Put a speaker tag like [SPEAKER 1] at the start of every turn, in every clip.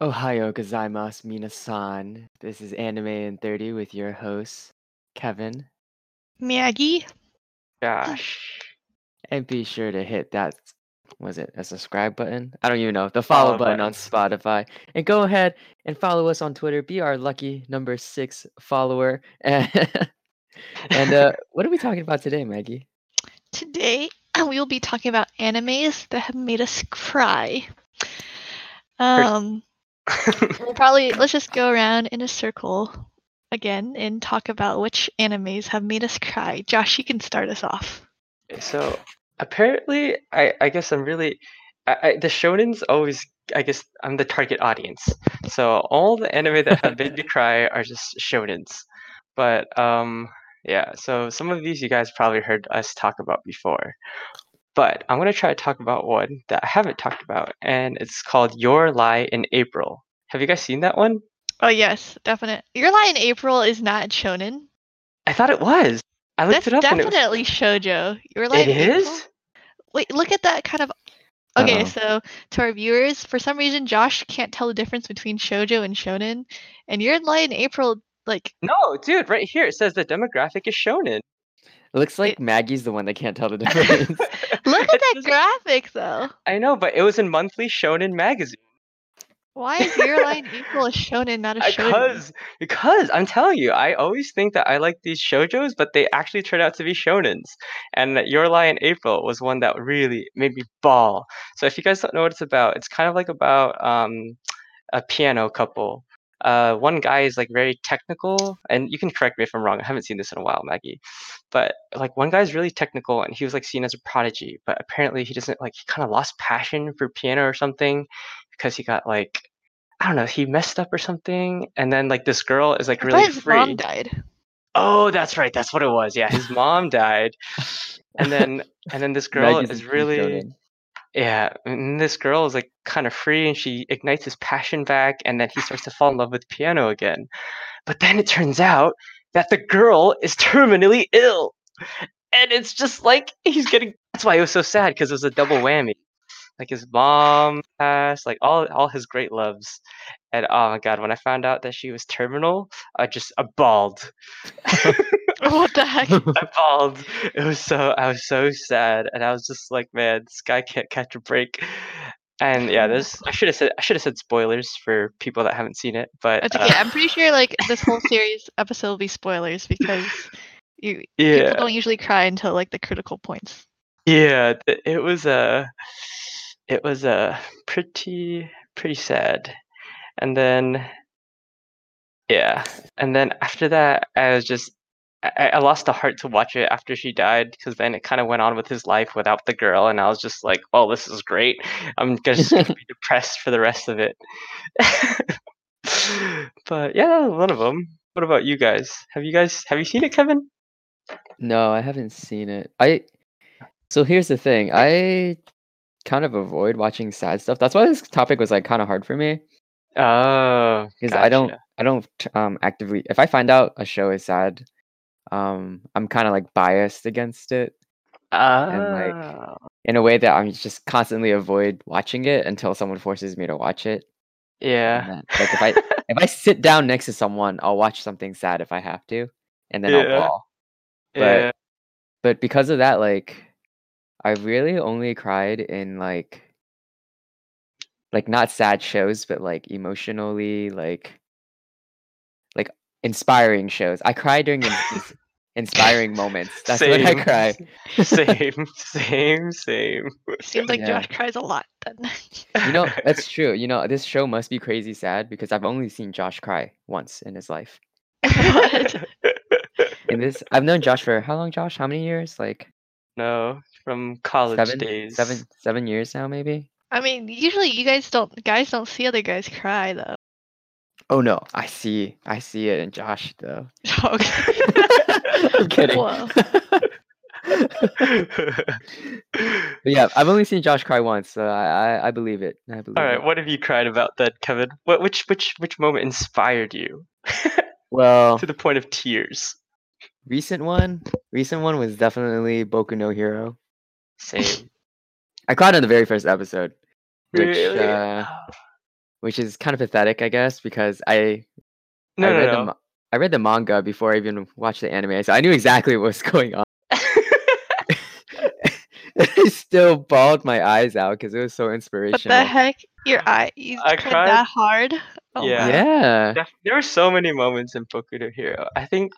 [SPEAKER 1] Ohio gozaimasu minasan. This is Anime in 30 with your hosts, Kevin.
[SPEAKER 2] Maggie.
[SPEAKER 3] Gosh.
[SPEAKER 1] And be sure to hit that, was it a subscribe button? I don't even know. The follow,
[SPEAKER 3] Follow
[SPEAKER 1] button, on Spotify. And go ahead and follow us on Twitter. Be our lucky number six follower. and uh, what are we talking about today, Maggie?
[SPEAKER 2] Today we will be talking about animes that have made us cry. Um, we'll probably let's just go around in a circle again and talk about which animes have made us cry. Josh, you can start us off.
[SPEAKER 3] so apparently, I, I guess I'm really. I, I, the shonens always, I guess, I'm the target audience. So all the anime that have made me cry are just shonens. But um, yeah, so some of these you guys probably heard us talk about before. But I'm gonna try to talk about one that I haven't talked about, and it's called Your Lie in April. Have you guys seen that one?
[SPEAKER 2] Oh yes, definite. Your Lie in April is not shonen.
[SPEAKER 3] I thought it was. I
[SPEAKER 2] That's
[SPEAKER 3] looked it up and it was.
[SPEAKER 2] definitely shojo. Your Lie
[SPEAKER 3] It
[SPEAKER 2] in April.
[SPEAKER 3] is.
[SPEAKER 2] Wait, look at that kind of. Okay,
[SPEAKER 1] Uh-oh.
[SPEAKER 2] so to our viewers, for some reason Josh can't tell the difference between shojo and shonen, and your lie in April like
[SPEAKER 3] No, dude, right here it says the demographic is shonen.
[SPEAKER 1] It looks like
[SPEAKER 2] It-
[SPEAKER 1] Maggie's the one that can't tell the difference.
[SPEAKER 2] look at
[SPEAKER 3] It
[SPEAKER 2] that
[SPEAKER 3] says-
[SPEAKER 2] graphic though.
[SPEAKER 3] I know, but it was in monthly shonen magazine.
[SPEAKER 2] Why is your lie in April a shonen,
[SPEAKER 3] Uh,
[SPEAKER 2] not a shonen?
[SPEAKER 3] Because, because I'm telling you, I always think that I like these shoujos, but they actually turn out to be shonens. And that Your Lie in April was one that really made me bawl. So if you guys don't know what it's about, it's kind of like about um, a piano couple. Uh, one guy is like very technical, and you can correct me if I'm wrong. I haven't seen this in a while, Maggie. But like one guy's really technical, and he was like seen as a prodigy. But apparently, he doesn't like he kind of lost passion for piano or something because he got like I don't know, he messed up or something. And then like this girl is like
[SPEAKER 2] I thought
[SPEAKER 3] really
[SPEAKER 2] his mom
[SPEAKER 3] free.
[SPEAKER 2] died.
[SPEAKER 3] Oh, that's right, that's what it was. Yeah, his mom died, and then and then this girl
[SPEAKER 1] Maggie's
[SPEAKER 3] is
[SPEAKER 1] a
[SPEAKER 3] really
[SPEAKER 1] shonen.
[SPEAKER 3] yeah, and this girl is like kind of free and she ignites his passion back and then he starts to fall in love with piano again. But then it turns out that the girl is terminally ill. And it's just like he's getting that's why it was so sad because it was a double whammy. Like his mom passed, like all all his great loves. And oh my god, when I found out that she was terminal, I just I bawled.
[SPEAKER 2] What the heck?
[SPEAKER 3] I bawled. It was so I was so sad, and I was just like, man, this guy can't catch a break. And
[SPEAKER 2] Mm-hmm.
[SPEAKER 3] yeah, this I should have said I should have said spoilers for people that haven't seen it, but
[SPEAKER 2] That's
[SPEAKER 3] uh,
[SPEAKER 2] okay. I'm pretty sure like this whole series episode will be spoilers because you people
[SPEAKER 3] yeah,
[SPEAKER 2] don't usually cry until like the critical points.
[SPEAKER 3] yeah, th- it was a it was a pretty pretty sad. And then yeah, and then after that, I was just I, I I lost the heart to watch it after she died because then it kind of went on with his life without the girl, and I was just like, "Oh, this is great. I'm just gonna be depressed for the rest of it." but yeah, that was one of them. What about you guys? Have you guys have you seen it, Kevin?
[SPEAKER 1] No, I haven't seen it. I so here's the thing. I kind of avoid watching sad stuff. That's why this topic was like kind of hard for me
[SPEAKER 3] Oh,
[SPEAKER 1] because I don't I don't t- um actively if I find out a show is sad, um I'm kind of like biased against it like,
[SPEAKER 3] Oh.
[SPEAKER 1] in a way that I'm just constantly avoid watching it until someone forces me to watch it. and
[SPEAKER 3] yeah.
[SPEAKER 1] then, like if I if I sit down next to someone, I'll watch something sad if I have to, and then
[SPEAKER 3] Yeah.
[SPEAKER 1] I'll bawl.
[SPEAKER 3] yeah.
[SPEAKER 1] but because of that like i really only cried in like like not sad shows but like emotionally like like inspiring shows i cry during ins- ins- inspiring moments that's when i
[SPEAKER 3] Same.
[SPEAKER 1] cry
[SPEAKER 3] same, same, same.
[SPEAKER 2] Seems like
[SPEAKER 1] Yeah.
[SPEAKER 2] Josh cries a lot then.
[SPEAKER 1] you know that's true you know this show must be crazy sad because i've only seen josh cry once in his life
[SPEAKER 2] What?
[SPEAKER 1] and this i've known josh for how long josh how many years like
[SPEAKER 3] no, from college
[SPEAKER 1] seven
[SPEAKER 3] days.
[SPEAKER 1] seven seven years now maybe
[SPEAKER 2] I mean, usually you guys don't guys don't see other guys cry though.
[SPEAKER 1] oh no i see i see it in josh though
[SPEAKER 2] Okay.
[SPEAKER 1] I'm kidding.
[SPEAKER 2] Whoa.
[SPEAKER 1] But yeah, I've only seen Josh cry once, so I I, I believe it. I believe
[SPEAKER 3] All right,
[SPEAKER 1] it.
[SPEAKER 3] what have you cried about then, Kevin? What which which which moment inspired you
[SPEAKER 1] Well,
[SPEAKER 3] to the point of tears?
[SPEAKER 1] recent one, recent one was definitely Boku no Hero.
[SPEAKER 3] Same.
[SPEAKER 1] I cried in the very first episode, which
[SPEAKER 3] really?
[SPEAKER 1] uh,
[SPEAKER 3] Oh,
[SPEAKER 1] which is kind of pathetic, I guess, because I
[SPEAKER 3] No,
[SPEAKER 1] I
[SPEAKER 3] no,
[SPEAKER 1] read
[SPEAKER 3] no.
[SPEAKER 1] the ma- I read the manga before I even watched the anime, so I knew exactly what was going on. I still bawled my eyes out because it was so
[SPEAKER 2] What
[SPEAKER 1] inspirational.
[SPEAKER 2] the heck? Your eye you
[SPEAKER 3] I
[SPEAKER 2] cried,
[SPEAKER 3] cried.
[SPEAKER 2] that hard? Oh
[SPEAKER 3] Yeah.
[SPEAKER 2] wow.
[SPEAKER 1] Yeah.
[SPEAKER 3] Def- there were so many moments in Boku no Hero. I think,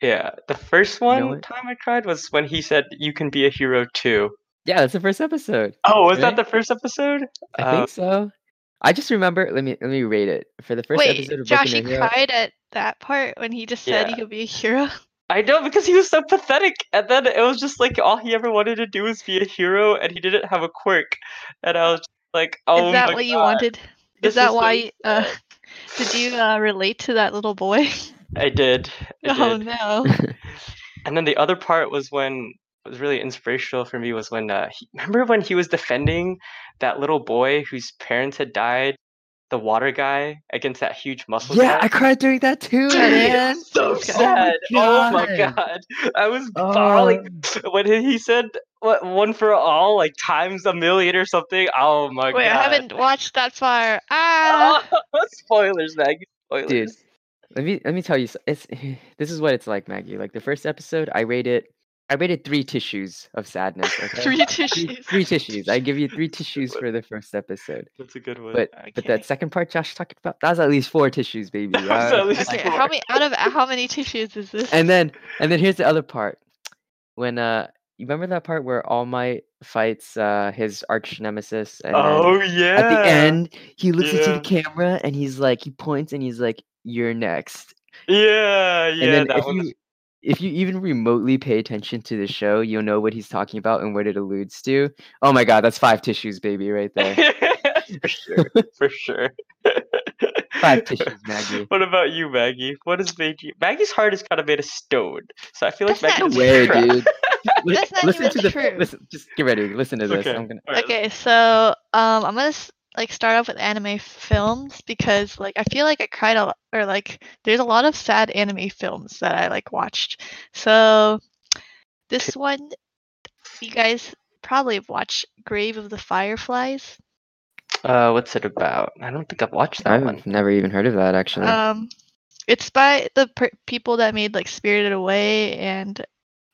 [SPEAKER 3] yeah, the first one
[SPEAKER 1] what?
[SPEAKER 3] time I cried was when he said, "You can be a hero too."
[SPEAKER 1] Yeah, that's the first episode.
[SPEAKER 3] Oh, was
[SPEAKER 1] Right?
[SPEAKER 3] that the first episode?
[SPEAKER 1] I
[SPEAKER 3] Uh,
[SPEAKER 1] think so. I just remember let me let me rate it. For the first
[SPEAKER 2] Wait,
[SPEAKER 1] episode of
[SPEAKER 2] Josh,
[SPEAKER 1] Boku
[SPEAKER 2] you
[SPEAKER 1] no Hero.
[SPEAKER 2] cried at that part when he just said
[SPEAKER 3] Yeah.
[SPEAKER 2] you could be a hero.
[SPEAKER 3] I know because he was so pathetic, and then it was just like all he ever wanted to do was be a hero, and he didn't have a quirk, and I was just like, "Oh
[SPEAKER 2] is that
[SPEAKER 3] my
[SPEAKER 2] what you
[SPEAKER 3] God,
[SPEAKER 2] wanted?
[SPEAKER 3] this
[SPEAKER 2] Is that
[SPEAKER 3] so
[SPEAKER 2] why? you- uh,
[SPEAKER 3] sad."
[SPEAKER 2] did you uh, relate to that little boy?
[SPEAKER 3] I did. I
[SPEAKER 2] oh
[SPEAKER 3] did.
[SPEAKER 2] no.
[SPEAKER 3] And then the other part was when was really inspirational for me was when uh, he, remember when he was defending that little boy whose parents had died, the water guy against that huge muscle.
[SPEAKER 1] Yeah,
[SPEAKER 3] guy?
[SPEAKER 1] I cried during that too,
[SPEAKER 2] Dude,
[SPEAKER 1] man.
[SPEAKER 3] so
[SPEAKER 2] Okay.
[SPEAKER 3] sad. Oh my,
[SPEAKER 1] God.
[SPEAKER 3] god, I was
[SPEAKER 1] Oh.
[SPEAKER 3] bawling when he he said what one for all like times a million or something. Oh my
[SPEAKER 2] Wait,
[SPEAKER 3] god.
[SPEAKER 2] I haven't watched that far. Ah,
[SPEAKER 3] Oh, spoilers, Maggie. Spoilers.
[SPEAKER 1] Dude, let me let me tell you s- it's this is what it's like, Maggie. Like the first episode, I rated I rated three tissues of sadness. Okay?
[SPEAKER 2] three
[SPEAKER 1] Three-
[SPEAKER 2] tissues.
[SPEAKER 1] three tissues. I give you three tissues for the first episode.
[SPEAKER 3] That's a good one.
[SPEAKER 1] But but that
[SPEAKER 2] Okay.
[SPEAKER 1] second part Josh talked about, that was at least four tissues, baby.
[SPEAKER 3] That was
[SPEAKER 1] I
[SPEAKER 3] at
[SPEAKER 1] was
[SPEAKER 3] least
[SPEAKER 1] like-
[SPEAKER 2] Okay, how many out of how many tissues is this?
[SPEAKER 1] and then and then here's the other part. When uh you remember that part where All Might fights uh his arch nemesis and then
[SPEAKER 3] oh yeah.
[SPEAKER 1] um, at the end he looks into
[SPEAKER 3] Yeah.
[SPEAKER 1] the camera and he's like he points and he's like, You're next.
[SPEAKER 3] Yeah, yeah.
[SPEAKER 1] and then
[SPEAKER 3] that
[SPEAKER 1] if
[SPEAKER 3] one
[SPEAKER 1] you if you even remotely pay attention to the show, you'll know what he's talking about and what it alludes to. Oh my god, that's five tissues, baby, right there.
[SPEAKER 3] for sure, for sure.
[SPEAKER 1] Five tissues, Maggie.
[SPEAKER 3] What about you, Maggie? What is Maggie? Maggie's heart is kind of made of stone, so I feel like
[SPEAKER 2] That's
[SPEAKER 3] Maggie.
[SPEAKER 2] not
[SPEAKER 3] doesn't
[SPEAKER 1] Way,
[SPEAKER 3] cry.
[SPEAKER 1] dude. Li-
[SPEAKER 2] That's not
[SPEAKER 1] listen
[SPEAKER 2] even
[SPEAKER 1] to the
[SPEAKER 2] true.
[SPEAKER 1] listen. Just get ready. Listen to this.
[SPEAKER 3] Okay,
[SPEAKER 1] I'm gonna.
[SPEAKER 3] alright,
[SPEAKER 2] Okay, so um, I'm gonna s- like start off with anime films because like I feel like I cried a lot, or like there's a lot of sad anime films that I like watched. So this one, you guys probably have watched Grave of the Fireflies.
[SPEAKER 3] Uh, what's it about? I don't think I've watched that one.
[SPEAKER 1] I've never even heard of that actually.
[SPEAKER 2] Um, it's by the per- people that made like Spirited Away and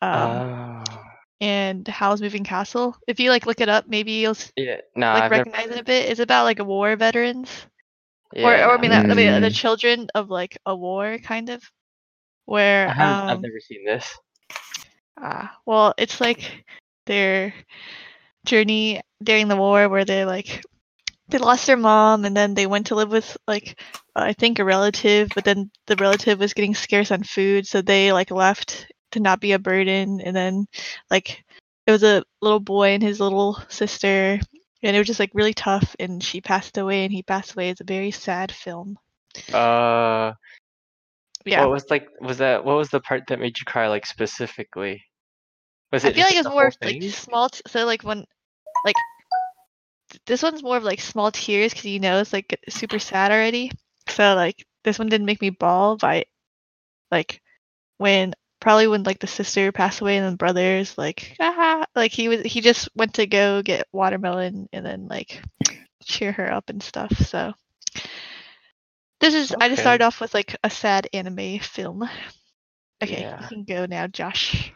[SPEAKER 2] um
[SPEAKER 3] oh,
[SPEAKER 2] and Howl's Moving Castle. If you like look it up, maybe you'll s-
[SPEAKER 3] yeah. No,
[SPEAKER 2] like
[SPEAKER 3] I've never-
[SPEAKER 2] recognize it a bit. It's about like war veterans.
[SPEAKER 3] yeah,
[SPEAKER 2] or, or I mean,
[SPEAKER 3] Hmm.
[SPEAKER 2] that, I mean, uh, the
[SPEAKER 1] Mm.
[SPEAKER 2] children of like a war, kind of,
[SPEAKER 3] I
[SPEAKER 2] where
[SPEAKER 3] haven't- I've
[SPEAKER 2] um,
[SPEAKER 3] never seen this.
[SPEAKER 2] ah, well, it's like their journey during the war, where they like they lost their mom, and then they went to live with like I think a relative, but then the relative was getting scarce on food, so they like left to not be a burden, and then like it was a little boy and his little sister. And it was just like really tough, and she passed away, and he passed away. It's a very sad film.
[SPEAKER 3] Uh,
[SPEAKER 2] Yeah.
[SPEAKER 3] What was like? Was that? What was the part that made you cry like specifically? Was
[SPEAKER 2] I feel
[SPEAKER 3] just
[SPEAKER 2] like it's
[SPEAKER 3] the
[SPEAKER 2] more
[SPEAKER 3] whole
[SPEAKER 2] of, like
[SPEAKER 3] thing?
[SPEAKER 2] small. T- so like when, like, th- this one's more of like small tears because you know it's like super sad already. So like this one didn't make me bawl, but like when probably when like the sister passed away and the brothers like ah like he was he just went to go get watermelon and then like cheer her up and stuff. So this is I just
[SPEAKER 3] Okay.
[SPEAKER 2] started off with like a sad anime film. Okay,
[SPEAKER 3] Yeah.
[SPEAKER 2] you can go now, Josh.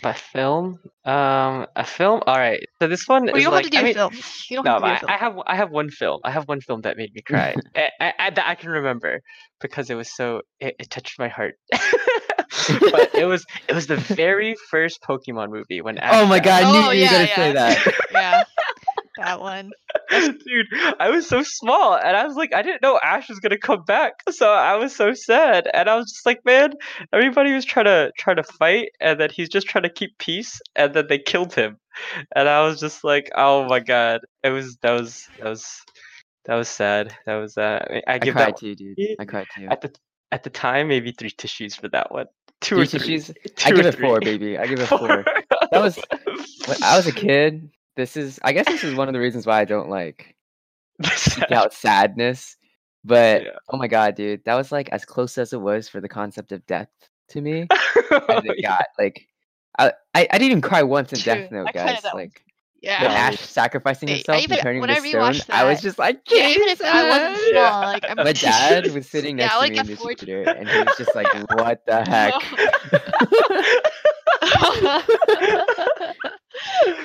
[SPEAKER 3] By film? Um, a film. All right. So this one
[SPEAKER 2] Well,
[SPEAKER 3] is
[SPEAKER 2] you don't
[SPEAKER 3] like.
[SPEAKER 2] have to do
[SPEAKER 3] I
[SPEAKER 2] a
[SPEAKER 3] mean,
[SPEAKER 2] film. You don't
[SPEAKER 3] No,
[SPEAKER 2] have to do a
[SPEAKER 3] I,
[SPEAKER 2] film.
[SPEAKER 3] I have I have one film. I have one film that made me cry. I, I, I- that I can remember because it was so it, it touched my heart. but it was it was the very first Pokemon movie when
[SPEAKER 1] oh my
[SPEAKER 3] Ash
[SPEAKER 1] god, I knew
[SPEAKER 2] Oh,
[SPEAKER 1] you were
[SPEAKER 2] yeah,
[SPEAKER 1] gonna
[SPEAKER 2] yeah.
[SPEAKER 1] say that.
[SPEAKER 2] yeah, that one.
[SPEAKER 3] Dude, I was so small and I was like, I didn't know Ash was gonna come back. So I was so sad. And I was just like, man, everybody was trying to try to fight and then he's just trying to keep peace and then they killed him. And I was just like, oh my god. It was that was that was that was sad. That was uh I, I
[SPEAKER 1] I
[SPEAKER 3] give that
[SPEAKER 1] cried too, dude.
[SPEAKER 3] Yeah.
[SPEAKER 1] I cried too.
[SPEAKER 3] at the at the time maybe three tissues for that one. Two
[SPEAKER 1] Three
[SPEAKER 3] or three.
[SPEAKER 1] tissues?
[SPEAKER 3] Two
[SPEAKER 1] I
[SPEAKER 3] or
[SPEAKER 1] give it
[SPEAKER 3] three.
[SPEAKER 1] four, baby. I give it four. That was when I was a kid. This is, I guess, this is one of the reasons why I don't like seek out sadness. But
[SPEAKER 3] Yeah.
[SPEAKER 1] oh my god, dude, that was like as close as it was for the concept of death to me.
[SPEAKER 3] Oh,
[SPEAKER 1] as it got. Like, I, I I didn't even cry once in Death
[SPEAKER 2] True.
[SPEAKER 1] Note,
[SPEAKER 2] I cried at
[SPEAKER 1] guys.
[SPEAKER 2] that one.
[SPEAKER 1] Like,
[SPEAKER 2] Yeah.
[SPEAKER 1] the
[SPEAKER 3] Yeah.
[SPEAKER 1] Ash sacrificing
[SPEAKER 2] I- I
[SPEAKER 1] himself
[SPEAKER 2] even-
[SPEAKER 1] and turning
[SPEAKER 2] when
[SPEAKER 1] to
[SPEAKER 2] I
[SPEAKER 1] stone,
[SPEAKER 2] rewatched
[SPEAKER 1] I was
[SPEAKER 2] that-
[SPEAKER 1] just like,
[SPEAKER 2] Yeah, even if I wasn't
[SPEAKER 1] Jesus!
[SPEAKER 2] small,
[SPEAKER 3] Yeah.
[SPEAKER 2] like I'm
[SPEAKER 1] My dad was
[SPEAKER 3] Jesus.
[SPEAKER 1] sitting
[SPEAKER 2] Yeah,
[SPEAKER 1] next
[SPEAKER 2] I
[SPEAKER 1] to
[SPEAKER 2] would've
[SPEAKER 1] me in
[SPEAKER 2] got
[SPEAKER 1] his
[SPEAKER 2] forged.
[SPEAKER 1] computer, and he was just like, "What the
[SPEAKER 2] Oh,
[SPEAKER 1] heck?"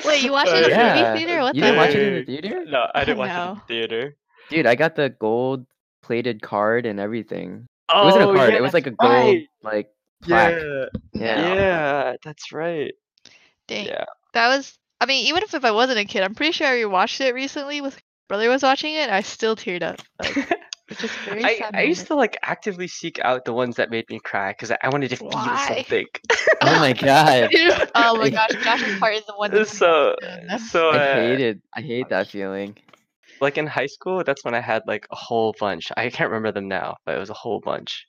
[SPEAKER 2] Wait, you watched it in the
[SPEAKER 1] Yeah.
[SPEAKER 2] movie theater? What
[SPEAKER 1] you
[SPEAKER 2] the
[SPEAKER 1] didn't watch it in the
[SPEAKER 3] heck?
[SPEAKER 1] theater,
[SPEAKER 3] No, I didn't watch it in
[SPEAKER 2] No.
[SPEAKER 3] the theater.
[SPEAKER 1] dude. I got the gold-plated card and everything.
[SPEAKER 3] Oh,
[SPEAKER 1] it wasn't a card;
[SPEAKER 3] yeah,
[SPEAKER 1] it was like a gold,
[SPEAKER 3] right.
[SPEAKER 1] like plaque.
[SPEAKER 3] yeah,
[SPEAKER 1] Yeah.
[SPEAKER 3] yeah, that's right.
[SPEAKER 2] Dang.
[SPEAKER 3] Yeah.
[SPEAKER 2] That was I mean, even if, if I wasn't a kid, I'm pretty sure I rewatched it recently with brother was watching it, and I still teared up. Like which is a very
[SPEAKER 3] I,
[SPEAKER 2] sad
[SPEAKER 3] I used
[SPEAKER 2] moment.
[SPEAKER 3] to like actively seek out the ones that made me cry because I wanted to
[SPEAKER 2] Why?
[SPEAKER 3] feel something.
[SPEAKER 1] Oh my god,
[SPEAKER 2] Oh my gosh, Josh's part is the one that's
[SPEAKER 3] so
[SPEAKER 2] Yeah.
[SPEAKER 3] so
[SPEAKER 1] I
[SPEAKER 3] uh,
[SPEAKER 1] hated, I hate that feeling.
[SPEAKER 3] like in high school, that's when I had like a whole bunch. I can't remember them now, but it was a whole bunch.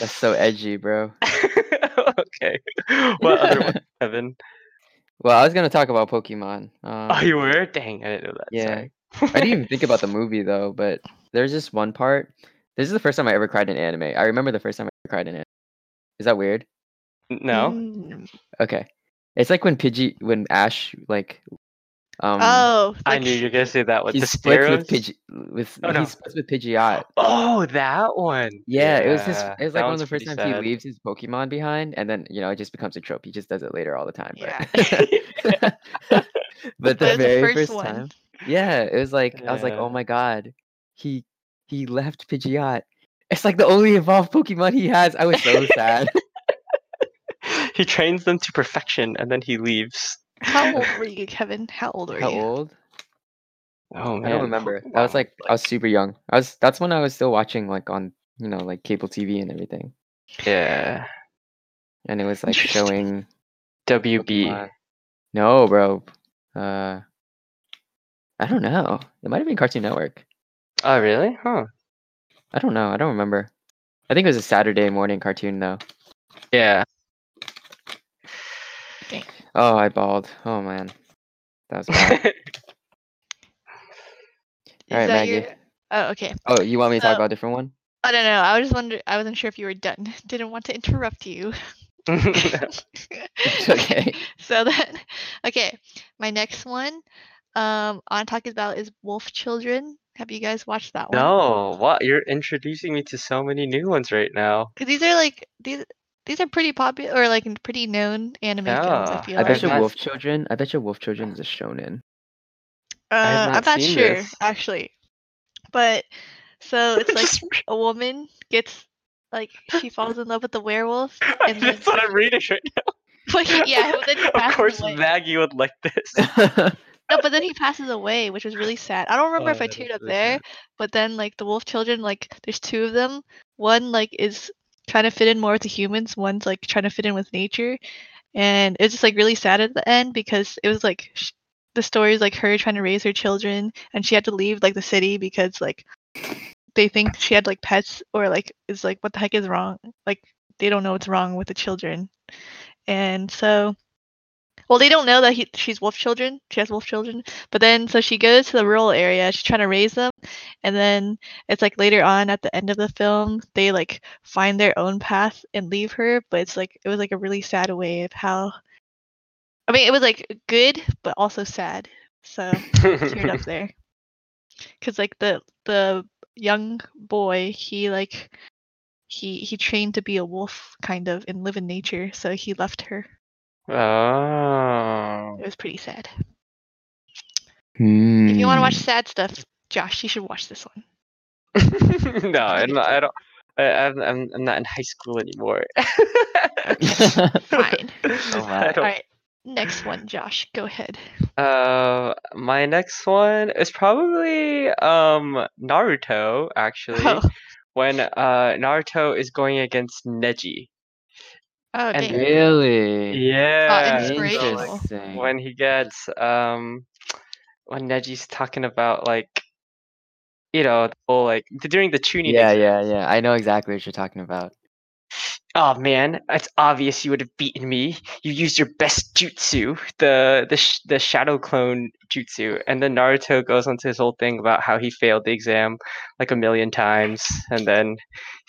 [SPEAKER 1] That's so edgy, bro.
[SPEAKER 3] okay. What other one, Evan?
[SPEAKER 1] Well, I was gonna talk about Pokemon. Um,
[SPEAKER 3] Oh, you were? Dang, I didn't know that.
[SPEAKER 1] yeah.
[SPEAKER 3] Sorry.
[SPEAKER 1] I didn't even think about the movie though, but there's this one part. This is the first time I ever cried in anime. I remember the first time I ever cried in anime. Is that weird?
[SPEAKER 3] no. Um,
[SPEAKER 2] Mm.
[SPEAKER 1] Okay. It's like when Pidgey, when Ash, like, um,
[SPEAKER 2] Oh,
[SPEAKER 3] I
[SPEAKER 2] like-
[SPEAKER 3] knew you were gonna say that with
[SPEAKER 1] he
[SPEAKER 3] the
[SPEAKER 1] splits with
[SPEAKER 3] steroids.
[SPEAKER 1] Pidgey, with
[SPEAKER 3] Oh, no.
[SPEAKER 1] he splits with Pidgeot.
[SPEAKER 3] Oh, that one.
[SPEAKER 1] Yeah, it was his.
[SPEAKER 3] Yeah,
[SPEAKER 1] It was
[SPEAKER 3] that
[SPEAKER 1] like one of
[SPEAKER 3] one's
[SPEAKER 1] the first
[SPEAKER 3] pretty
[SPEAKER 1] times he leaves his Pokemon behind, and then you know it just becomes a trope. He just does it later all the time. But,
[SPEAKER 3] sad.
[SPEAKER 1] but the
[SPEAKER 2] That was
[SPEAKER 1] very first, time, yeah, it was like I was like, oh
[SPEAKER 3] Yeah.
[SPEAKER 1] my god, he he left Pidgeot. It's like the only evolved Pokemon he has. I was so sad.
[SPEAKER 3] he trains them to perfection and then he leaves.
[SPEAKER 2] How old were you, Kevin? How old were
[SPEAKER 1] How
[SPEAKER 2] you?
[SPEAKER 1] old?
[SPEAKER 3] Oh man.
[SPEAKER 1] I don't remember. I was
[SPEAKER 3] Pokemon,
[SPEAKER 1] like, I was super young. I was. That's when I was still watching like on you know like cable TV and everything,
[SPEAKER 3] Yeah.
[SPEAKER 1] and it was like
[SPEAKER 2] Interesting.
[SPEAKER 1] showing.
[SPEAKER 3] WB.
[SPEAKER 1] Pokemon. No, bro. Uh, I don't know. It might have been Cartoon Network.
[SPEAKER 3] Oh really? Huh.
[SPEAKER 1] I don't know. I don't remember. I think it was a Saturday morning cartoon though.
[SPEAKER 3] Yeah.
[SPEAKER 1] Oh, I bawled. Oh man, that was bad.
[SPEAKER 2] Is
[SPEAKER 1] Alright,
[SPEAKER 2] that
[SPEAKER 1] Maggie.
[SPEAKER 2] your- Oh, okay.
[SPEAKER 1] oh, you want me to talk
[SPEAKER 2] So-
[SPEAKER 1] about a different one?
[SPEAKER 2] I don't know. I was just wonder. I wasn't sure if you were done. Didn't want to interrupt you.
[SPEAKER 1] It's okay.
[SPEAKER 2] so then, okay, my next one um, on talk about is Wolf Children. Have you guys watched that one?
[SPEAKER 3] no, what? You're introducing me to so many new ones right now.
[SPEAKER 2] 'Cause these are like these these are pretty popular or like n- pretty known anime films.
[SPEAKER 3] Yeah,
[SPEAKER 2] I feel
[SPEAKER 1] I
[SPEAKER 2] like.
[SPEAKER 1] bet you
[SPEAKER 3] not-
[SPEAKER 1] Wolf Children. I bet you Wolf Children is a shonen.
[SPEAKER 2] uh,
[SPEAKER 3] have not
[SPEAKER 2] I'm not
[SPEAKER 3] seen
[SPEAKER 2] sure
[SPEAKER 3] this.
[SPEAKER 2] actually, but so it's like
[SPEAKER 3] Just-
[SPEAKER 2] a woman gets like she falls in love with the werewolf and then
[SPEAKER 3] That's what I'm reading right now.
[SPEAKER 2] but he, yeah but then he
[SPEAKER 3] of
[SPEAKER 2] passes
[SPEAKER 3] course,
[SPEAKER 2] away.
[SPEAKER 3] Maggie would like this.
[SPEAKER 2] no, but then he passes away, which was really sad. I don't remember if
[SPEAKER 3] Oh,
[SPEAKER 2] I
[SPEAKER 3] that is
[SPEAKER 2] teared up
[SPEAKER 3] really
[SPEAKER 2] there,
[SPEAKER 3] sad.
[SPEAKER 2] but then like the wolf children, like there's two of them. One like is trying to fit in more with the humans. One's like trying to fit in with nature, and it's just like really sad at the end because it was like sh- the story is like her trying to raise her children, and she had to leave like the city because like they think she had like pets or like is like what the heck is wrong? Like they don't know what's wrong with the children, and so. Well, they don't know that he, she's wolf children. She has wolf children, but then, so she goes to the rural area. She's trying to raise them, and then it's like later on at the end of the film, they like find their own path and leave her. But it's like it was like a really sad way of how. I mean, it was like good, but also sad. So teared up there, because like the the young boy, he like he he trained to be a wolf kind of and live in nature. So he left her.
[SPEAKER 3] oh.
[SPEAKER 2] It was pretty sad.
[SPEAKER 1] Hmm.
[SPEAKER 2] If you want to watch sad stuff, Josh, you should watch this one.
[SPEAKER 3] no, I'm not, I don't. I, I'm, I'm I'm not in high school anymore.
[SPEAKER 2] Fine.
[SPEAKER 3] I
[SPEAKER 1] Oh, wow.
[SPEAKER 3] don't-
[SPEAKER 2] All right. Next one, Josh. Go ahead.
[SPEAKER 3] Uh, my next one is probably um Naruto actually.
[SPEAKER 2] Oh,
[SPEAKER 3] When uh Naruto is going against Neji.
[SPEAKER 2] oh
[SPEAKER 3] And
[SPEAKER 2] dang.
[SPEAKER 1] really?
[SPEAKER 3] Yeah.
[SPEAKER 2] it's great.
[SPEAKER 3] so, like,
[SPEAKER 1] Interesting.
[SPEAKER 3] when he gets um when Neji's talking about like you know, the whole like during the tuning
[SPEAKER 1] yeah, yeah, yeah. I know exactly what you're talking about.
[SPEAKER 3] Oh man, it's obvious you would have beaten me. You used your best jutsu, the the sh- the shadow clone jutsu, and then Naruto goes on to his whole thing about how he failed the exam like a million times, and then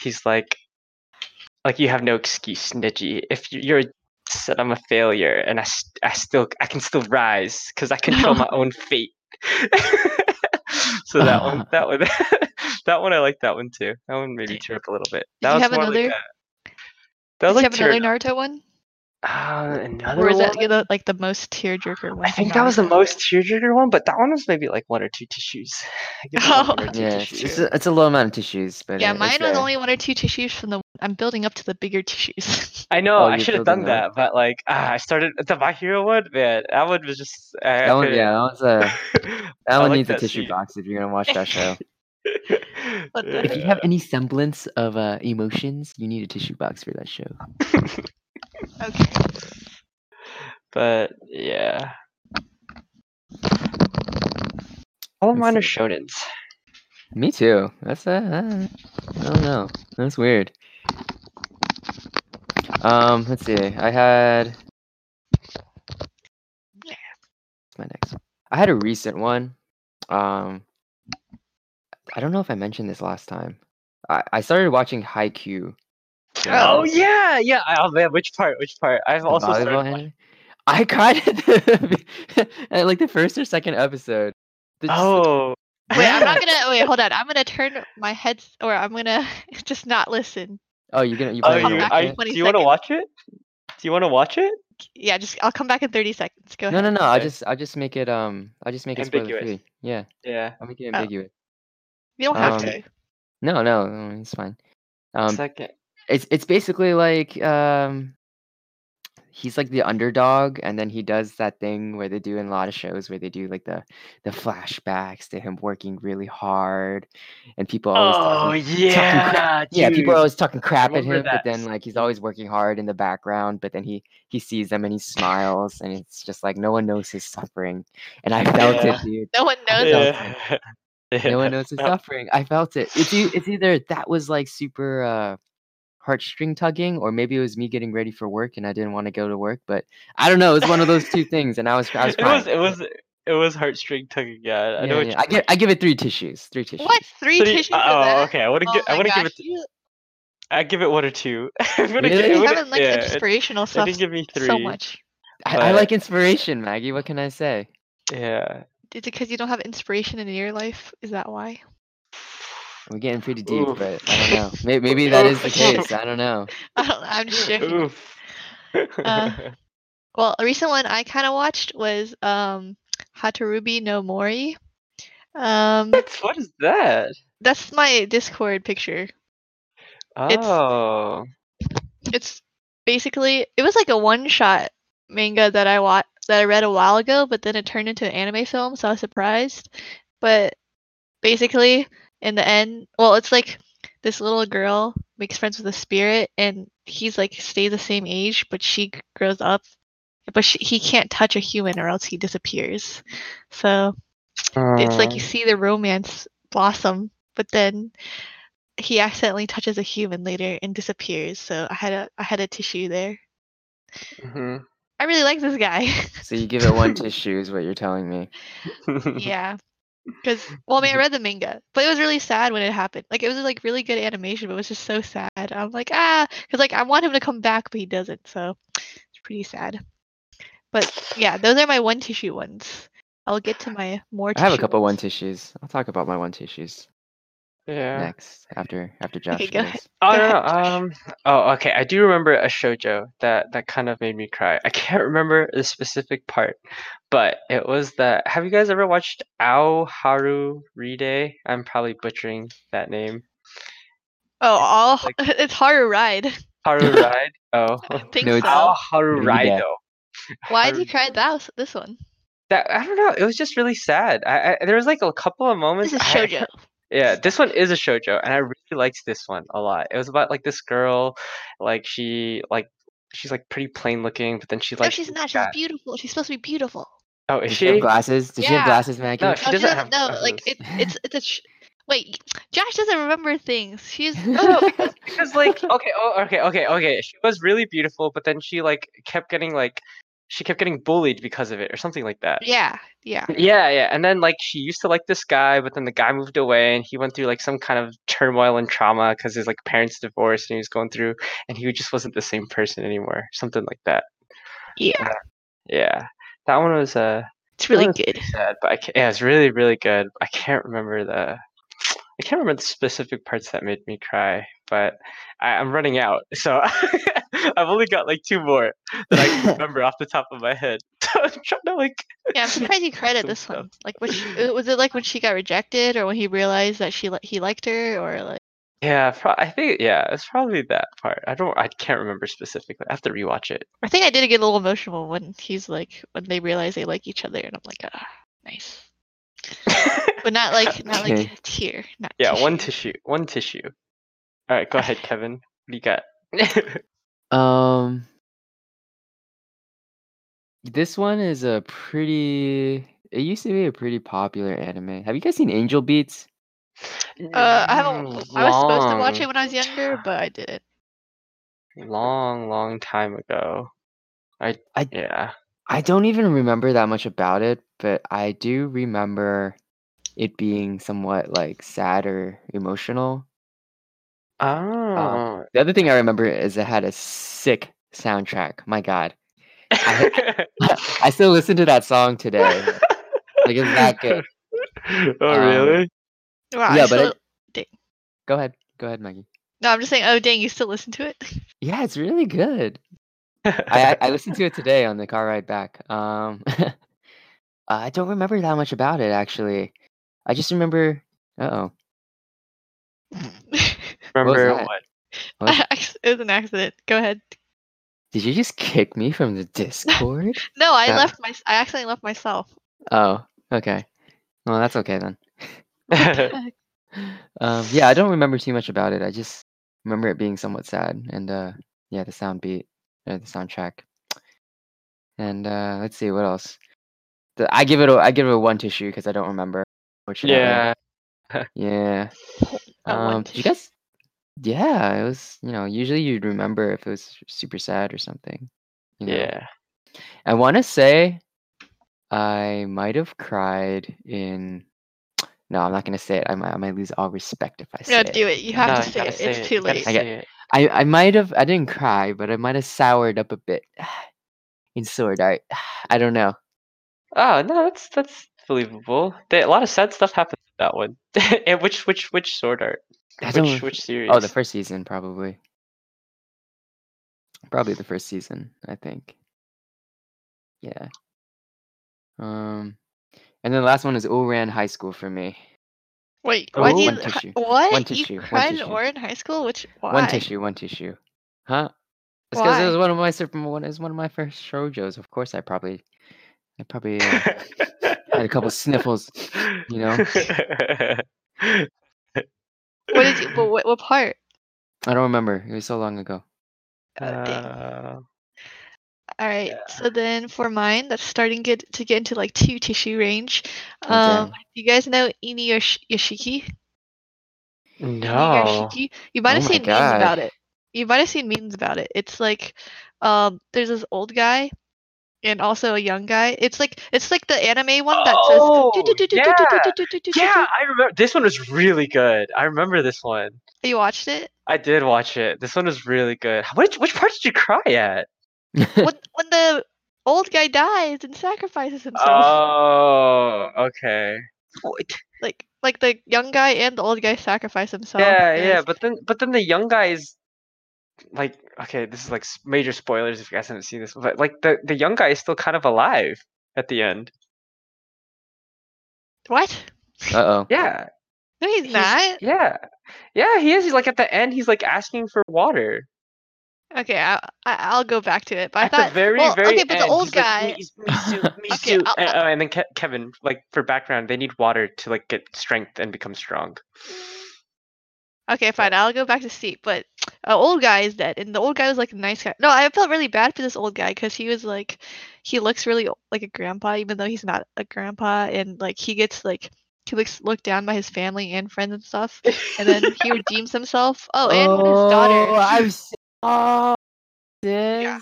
[SPEAKER 3] he's like, like you have no excuse, Neji. If you- you're a collapse and I'm a failure and I, s- I still I can still rise because I control my own fate. so that one that one that one I like that one too. That one made me tear up a little bit.
[SPEAKER 2] Did
[SPEAKER 3] That
[SPEAKER 2] you have
[SPEAKER 3] more like
[SPEAKER 2] another-
[SPEAKER 3] a-
[SPEAKER 2] Do
[SPEAKER 3] that was
[SPEAKER 2] you
[SPEAKER 3] like
[SPEAKER 2] have another
[SPEAKER 3] tear-
[SPEAKER 2] Naruto one?
[SPEAKER 3] uh, another
[SPEAKER 2] or is that
[SPEAKER 3] one?
[SPEAKER 2] you know, like the most tearjerker one?
[SPEAKER 3] I
[SPEAKER 2] for
[SPEAKER 3] think that was the
[SPEAKER 2] Naruto?
[SPEAKER 3] most tearjerker one, but that one was maybe like one or two tissues. I give that one one or
[SPEAKER 2] Oh.
[SPEAKER 3] two
[SPEAKER 1] Yeah, it's,
[SPEAKER 3] tissues.
[SPEAKER 1] it's, a, it's a low amount of tissues, but
[SPEAKER 2] Yeah,
[SPEAKER 1] it- it's
[SPEAKER 2] mine was
[SPEAKER 1] there.
[SPEAKER 2] only one or two tissues from the. I'm building up to the bigger tissues.
[SPEAKER 3] I know
[SPEAKER 1] Oh,
[SPEAKER 3] I
[SPEAKER 1] you're
[SPEAKER 3] should have done
[SPEAKER 1] building
[SPEAKER 3] that,
[SPEAKER 1] up.
[SPEAKER 3] but like ah, I started the My Hero one, man. That one was just uh,
[SPEAKER 1] That one, yeah, that one's a that
[SPEAKER 3] I
[SPEAKER 1] one
[SPEAKER 3] like
[SPEAKER 1] needs
[SPEAKER 3] that
[SPEAKER 1] a tissue
[SPEAKER 3] scene.
[SPEAKER 1] box if you're gonna watch that show.
[SPEAKER 2] What the-
[SPEAKER 1] if you have any semblance of uh, emotions, you need a tissue box for that show.
[SPEAKER 2] okay.
[SPEAKER 3] but yeah, all of
[SPEAKER 1] Let's
[SPEAKER 3] mine are
[SPEAKER 1] see.
[SPEAKER 3] shonens.
[SPEAKER 1] Me too. That's uh, I don't know. That's weird. Um, let's see. I had. What's my next? one? I had a recent one. Um, I don't know if I mentioned this last time. I, I started watching Haikyuu.
[SPEAKER 3] Oh yeah, yeah. Oh man, which part? Which part? I've
[SPEAKER 1] the
[SPEAKER 3] also started.
[SPEAKER 1] volleyball anime. I cried at, the, at like the first or second episode. The- just the-
[SPEAKER 3] Oh
[SPEAKER 2] Wait, I'm not
[SPEAKER 3] Yeah.
[SPEAKER 2] gonna. Wait, hold on. I'm gonna turn my head, or I'm gonna just not listen.
[SPEAKER 1] oh, you're gonna. You
[SPEAKER 3] Oh,
[SPEAKER 1] probably
[SPEAKER 2] Come
[SPEAKER 3] you,
[SPEAKER 1] wanna
[SPEAKER 2] back
[SPEAKER 3] are,
[SPEAKER 1] watch
[SPEAKER 2] in
[SPEAKER 1] it?
[SPEAKER 2] 20
[SPEAKER 3] you- do you want to
[SPEAKER 2] seconds.
[SPEAKER 3] watch it? Do you want to watch it?
[SPEAKER 2] Yeah, just I'll come back in 30 seconds. Go
[SPEAKER 1] No,
[SPEAKER 2] ahead.
[SPEAKER 1] no, no. I'll
[SPEAKER 3] Okay.
[SPEAKER 1] just, I'll just make it. Um, I'll just make it spoiler
[SPEAKER 3] Ambiguous.
[SPEAKER 1] free. Yeah,
[SPEAKER 3] Yeah.
[SPEAKER 1] I'll make it
[SPEAKER 2] Oh.
[SPEAKER 1] ambiguous.
[SPEAKER 2] You don't have
[SPEAKER 1] Um,
[SPEAKER 2] to.
[SPEAKER 1] No, no, no, it's fine. Um,
[SPEAKER 3] Second.
[SPEAKER 1] it's it's basically like um, he's like the underdog, and then he does that thing where they do in a lot of shows where they do like the the flashbacks to him working really hard, and people always talking
[SPEAKER 3] Oh
[SPEAKER 1] crap-
[SPEAKER 3] yeah.
[SPEAKER 1] yeah people are
[SPEAKER 3] dude.
[SPEAKER 1] always talking crap at
[SPEAKER 3] remember
[SPEAKER 1] him but then
[SPEAKER 3] that.
[SPEAKER 1] like he's always working hard in the background but then he he sees them and he smiles and it's just like no one knows his suffering and i felt
[SPEAKER 3] Yeah.
[SPEAKER 1] it dude
[SPEAKER 2] No one knows.
[SPEAKER 1] Yeah.
[SPEAKER 2] this.
[SPEAKER 1] no one knows his
[SPEAKER 3] Yeah.
[SPEAKER 1] suffering i felt it it's, e- it's either that was like super uh heartstring tugging or maybe it was me getting ready for work and i didn't want to go to work but i don't know it was one of those two things and i was i was
[SPEAKER 3] it was
[SPEAKER 1] crying.
[SPEAKER 3] it was it was heartstring tugging. Yeah, I
[SPEAKER 1] Yeah,
[SPEAKER 3] know what
[SPEAKER 1] yeah.
[SPEAKER 3] you
[SPEAKER 1] I, give, I give it three tissues three tissues
[SPEAKER 2] What three
[SPEAKER 3] Three-
[SPEAKER 2] tissues?
[SPEAKER 3] uh,
[SPEAKER 2] of that?
[SPEAKER 3] Oh, okay. I want to
[SPEAKER 2] Oh
[SPEAKER 3] give. I
[SPEAKER 2] my
[SPEAKER 3] want to
[SPEAKER 2] gosh,
[SPEAKER 3] give it.
[SPEAKER 2] you,
[SPEAKER 3] I give it one or two. I'm gonna
[SPEAKER 1] Really?
[SPEAKER 3] give,
[SPEAKER 1] You
[SPEAKER 3] I'm
[SPEAKER 2] you
[SPEAKER 3] gonna-
[SPEAKER 2] haven't liked
[SPEAKER 3] yeah, it-
[SPEAKER 2] inspirational
[SPEAKER 3] it
[SPEAKER 2] stuff
[SPEAKER 3] didn't give me three.
[SPEAKER 2] so much.
[SPEAKER 1] I, I
[SPEAKER 3] but-
[SPEAKER 1] like inspiration maggie what can i say
[SPEAKER 3] Yeah.
[SPEAKER 2] Is it because you don't have inspiration in your life? Is that why?
[SPEAKER 1] we're getting pretty deep
[SPEAKER 3] Oof.
[SPEAKER 1] but i don't know maybe, maybe that is the
[SPEAKER 3] Oof.
[SPEAKER 1] case i don't know
[SPEAKER 2] I don't know. I'm just joking.
[SPEAKER 3] Oof.
[SPEAKER 2] Uh, Well, a recent one I kind of watched was um Hatarubi no Mori. Um
[SPEAKER 3] That's what is that?
[SPEAKER 2] that's my Discord picture.
[SPEAKER 3] Oh.
[SPEAKER 2] It's basically it was like a one-shot manga that I wa- that I read a while ago, but then it turned into an anime film, so I was surprised. But basically in the end, well, it's like this little girl makes friends with a spirit and he's like stays the same age, but she g- grows up. But she, he can't touch a human or else he disappears. So it's like you
[SPEAKER 1] Um,
[SPEAKER 2] see the romance blossom, but then he accidentally touches a human later and disappears. So I had a I had a tissue there.
[SPEAKER 1] Um,
[SPEAKER 3] Mhm.
[SPEAKER 2] I really like this guy.
[SPEAKER 1] So you give it one tissue is what you're telling me.
[SPEAKER 3] Mm-hmm.
[SPEAKER 2] yeah. Because well, I mean, I read the manga, but it was really sad when it happened. Like it was like really good animation, but it was just so sad. I'm like ah, because like I want him to come back, but he doesn't. So it's pretty sad. But yeah, those are my one tissue ones. I'll get to my more.
[SPEAKER 1] I have a
[SPEAKER 2] tissue
[SPEAKER 1] couple one
[SPEAKER 2] ones.
[SPEAKER 1] tissues. I'll talk about my one tissues
[SPEAKER 3] Yeah.
[SPEAKER 1] next after after Josh.
[SPEAKER 2] go ahead.
[SPEAKER 1] goes.
[SPEAKER 2] Go
[SPEAKER 3] Oh no,
[SPEAKER 2] ahead,
[SPEAKER 3] no,
[SPEAKER 2] Josh.
[SPEAKER 3] um oh okay, I do remember a shojo that that kind of made me cry. I can't remember the specific part, but it was that have you guys ever watched Ao Haru Ride? I'm probably butchering that name.
[SPEAKER 2] Oh, all
[SPEAKER 3] like-
[SPEAKER 2] it's Haru Ride.
[SPEAKER 3] Haru Ride? Oh.
[SPEAKER 2] I think
[SPEAKER 1] No, it's-
[SPEAKER 2] so.
[SPEAKER 3] Ao Haru
[SPEAKER 1] Ride.
[SPEAKER 3] Ride.
[SPEAKER 2] Why did you cry at that this one?
[SPEAKER 3] That I don't know, it was just really sad. I, I there was like a couple of moments
[SPEAKER 2] This is
[SPEAKER 3] I- I
[SPEAKER 2] shoujo.
[SPEAKER 3] Yeah, this one is a shoujo, and I really liked this one a lot. It was about like this girl, like she like she's like pretty plain looking, but then she
[SPEAKER 2] No,
[SPEAKER 3] like
[SPEAKER 2] Oh, she's not. She's
[SPEAKER 3] got-
[SPEAKER 2] beautiful. She's supposed to be beautiful.
[SPEAKER 3] oh
[SPEAKER 1] Does
[SPEAKER 3] is
[SPEAKER 1] she have
[SPEAKER 3] she?
[SPEAKER 1] glasses? Does she have
[SPEAKER 2] Yeah.
[SPEAKER 1] glasses, Maggie?
[SPEAKER 3] No, she
[SPEAKER 2] Oh,
[SPEAKER 3] doesn't have.
[SPEAKER 2] no, like
[SPEAKER 3] glasses.
[SPEAKER 2] it, it's it's a. Sh- Wait, Josh doesn't remember things. She's oh,
[SPEAKER 3] no, because, because like okay, oh okay, okay, okay. She was really beautiful, but then she like kept getting like she kept getting bullied because of it or something like that.
[SPEAKER 2] yeah, yeah.
[SPEAKER 3] Yeah, yeah. And then like she used to like this guy, but then the guy moved away and he went through like some kind of turmoil and trauma because his like parents divorced and he was going through and he just wasn't the same person anymore. Something like that.
[SPEAKER 2] Yeah,
[SPEAKER 3] Yeah, that one was uh
[SPEAKER 2] it's really
[SPEAKER 3] Honestly,
[SPEAKER 2] good.
[SPEAKER 3] sad, but I ca yeah, it's really really good. I can't remember the I can't remember the specific parts that made me cry, but I, I'm running out, so I've only got like two more that I can remember off the top of my head. So I'm trying to like
[SPEAKER 2] Yeah, I'm surprised you cried at
[SPEAKER 3] Some
[SPEAKER 2] this
[SPEAKER 3] stuff.
[SPEAKER 2] one. Like, was, she, uh, was it like when she got rejected, or when he realized that she li- he liked her, or like?
[SPEAKER 3] yeah, pro- I think yeah, it's probably that part. I don't I can't remember specifically. I have to rewatch it.
[SPEAKER 2] I think I did get a little emotional when he's like when they realize they like each other, and I'm like, ah, nice. But not like not like
[SPEAKER 1] Okay.
[SPEAKER 2] a tear. Not
[SPEAKER 3] yeah, one
[SPEAKER 2] tissue.
[SPEAKER 3] tissue, one tissue. All right, go ahead, Kevin. What do you got?
[SPEAKER 1] Um, this one is a pretty. It used to be a pretty popular anime. Have you guys seen Angel Beats?
[SPEAKER 2] Uh, I haven't. I was supposed to watch it
[SPEAKER 3] Long,
[SPEAKER 2] when I was younger, but I didn't.
[SPEAKER 3] long, long time ago. I,
[SPEAKER 1] I-
[SPEAKER 3] yeah.
[SPEAKER 1] I don't even remember that much about it, but I do remember it being somewhat like sad or emotional.
[SPEAKER 3] Oh.
[SPEAKER 1] The other thing I remember is it had a sick soundtrack. My God, I still listen to that song today. Like it's that good.
[SPEAKER 3] oh
[SPEAKER 1] Um,
[SPEAKER 3] really?
[SPEAKER 2] Wow, I
[SPEAKER 1] Yeah, but
[SPEAKER 2] still-
[SPEAKER 1] Go ahead, go ahead, Maggie.
[SPEAKER 2] no, I'm just saying. Oh, dang, you still listen to it?
[SPEAKER 1] Yeah, it's really good. I, I I listened to it today on the car ride back. Um, I don't remember that much about it actually. I just remember. Uh oh, was
[SPEAKER 3] remember
[SPEAKER 1] that?
[SPEAKER 3] what?
[SPEAKER 1] What?
[SPEAKER 2] it was an accident. Go ahead.
[SPEAKER 1] did you just kick me from the Discord?
[SPEAKER 2] No, I
[SPEAKER 1] Yeah.
[SPEAKER 2] left my. I accidentally left myself.
[SPEAKER 1] oh, okay. Well, that's okay then. Um, yeah, I don't remember too much about it. I just remember it being somewhat sad, and uh, yeah, the sound beat, uh, the soundtrack, and uh, let's see what else. The, I give it a I give it a one tissue because I don't remember. Unfortunately.
[SPEAKER 3] yeah.
[SPEAKER 1] Yeah.
[SPEAKER 2] A one
[SPEAKER 1] Um, did you
[SPEAKER 2] tissue.
[SPEAKER 1] guys? Yeah, it was. You know, usually you'd remember if it was super sad or something. you know.
[SPEAKER 3] Yeah.
[SPEAKER 1] I want to say I might have cried in. No, I'm not gonna say it. I might, I might lose all respect if I say
[SPEAKER 2] No,
[SPEAKER 1] it.
[SPEAKER 2] do it. You
[SPEAKER 3] No,
[SPEAKER 2] have
[SPEAKER 3] you
[SPEAKER 2] to say
[SPEAKER 3] gotta
[SPEAKER 2] it. It's
[SPEAKER 3] it,
[SPEAKER 2] too
[SPEAKER 3] you gotta
[SPEAKER 2] late.
[SPEAKER 1] I get-
[SPEAKER 3] say it.
[SPEAKER 1] I I might have I didn't cry, but I might have soured up a bit in sword art. I don't know.
[SPEAKER 3] Oh no, that's that's believable. They, a lot of sad stuff happens in that one. and which which which sword art?
[SPEAKER 1] I
[SPEAKER 3] Which
[SPEAKER 1] don't-
[SPEAKER 3] which series?
[SPEAKER 1] Oh, the first season probably. Probably the first season, I think. Yeah. Um, and then the last one is Oran High School for me.
[SPEAKER 2] Wait, why
[SPEAKER 3] Oh,
[SPEAKER 2] do you?
[SPEAKER 1] one
[SPEAKER 2] hi-
[SPEAKER 1] tissue.
[SPEAKER 2] What?
[SPEAKER 1] One
[SPEAKER 2] You
[SPEAKER 1] tissue, one
[SPEAKER 2] cried
[SPEAKER 1] tissue.
[SPEAKER 2] or in high school? Which why?
[SPEAKER 1] One tissue, one tissue. Huh? It's because
[SPEAKER 2] Why?
[SPEAKER 1] it was one of my super one is one of my first shoujos. Of course, I probably, I probably uh, had a couple sniffles. you know?
[SPEAKER 2] What did you? But what, what part?
[SPEAKER 1] I don't remember. It was so long ago.
[SPEAKER 2] Oh, dang.
[SPEAKER 3] Uh,
[SPEAKER 2] All right. So then for mine, that's starting get to get into like two tissue range.
[SPEAKER 1] Oh,
[SPEAKER 2] Um,
[SPEAKER 1] dang.
[SPEAKER 2] do you guys know Ini Yosh- Yoshiki?
[SPEAKER 3] no.
[SPEAKER 2] Inuyashiki. You might
[SPEAKER 1] Oh my
[SPEAKER 2] have seen memes
[SPEAKER 1] God.
[SPEAKER 2] about it. You might have seen memes about it. It's like um there's this old guy and also a young guy. It's like it's like the anime one that says
[SPEAKER 3] Oh,
[SPEAKER 2] "Do, do, do, do, do,
[SPEAKER 3] yeah.
[SPEAKER 2] do, do, do, do, do,
[SPEAKER 3] Yeah, I remember this one was really good. I remember this one.
[SPEAKER 2] do." You watched it?
[SPEAKER 3] I did watch it. This one was really good. Which which part did you cry at?
[SPEAKER 2] When when the old guy dies and sacrifices himself.
[SPEAKER 3] Uh. Oh, okay. What?
[SPEAKER 2] Like like the young guy and the old guy sacrifice themselves.
[SPEAKER 3] Yeah,
[SPEAKER 2] and
[SPEAKER 3] yeah,
[SPEAKER 2] it's-
[SPEAKER 3] but then but then the young guy is like okay, this is like s- major spoilers if you guys haven't seen this, but like the the young guy is still kind of alive at the end.
[SPEAKER 2] What?
[SPEAKER 1] Uh oh.
[SPEAKER 3] Yeah,
[SPEAKER 2] No, he's,
[SPEAKER 3] He's-
[SPEAKER 2] not.
[SPEAKER 3] yeah, yeah. He is. He's like at the end. He's like asking for water.
[SPEAKER 2] Okay, I, I I'll go back to it. But I
[SPEAKER 3] at
[SPEAKER 2] thought
[SPEAKER 3] the very
[SPEAKER 2] well,
[SPEAKER 3] very
[SPEAKER 2] okay, but
[SPEAKER 3] end,
[SPEAKER 2] the old
[SPEAKER 3] he's like,
[SPEAKER 2] guy.
[SPEAKER 3] "Me- me too, me
[SPEAKER 2] Okay,
[SPEAKER 3] too,"
[SPEAKER 2] I'll-
[SPEAKER 3] and, oh, and then Ke- Kevin, like for background, they need water to like get strength and become strong.
[SPEAKER 2] Okay, fine. I'll go back to sleep. But uh, old guy is dead, and the old guy was like a nice guy. No, I felt really bad for this old guy because he was like, he looks really o- like a grandpa, even though he's not a grandpa, and like he gets like he looks looked down by his family and friends and stuff. And then he redeems himself. Oh, and when his
[SPEAKER 1] Oh,
[SPEAKER 2] daughter,
[SPEAKER 1] I've seen. Oh, this.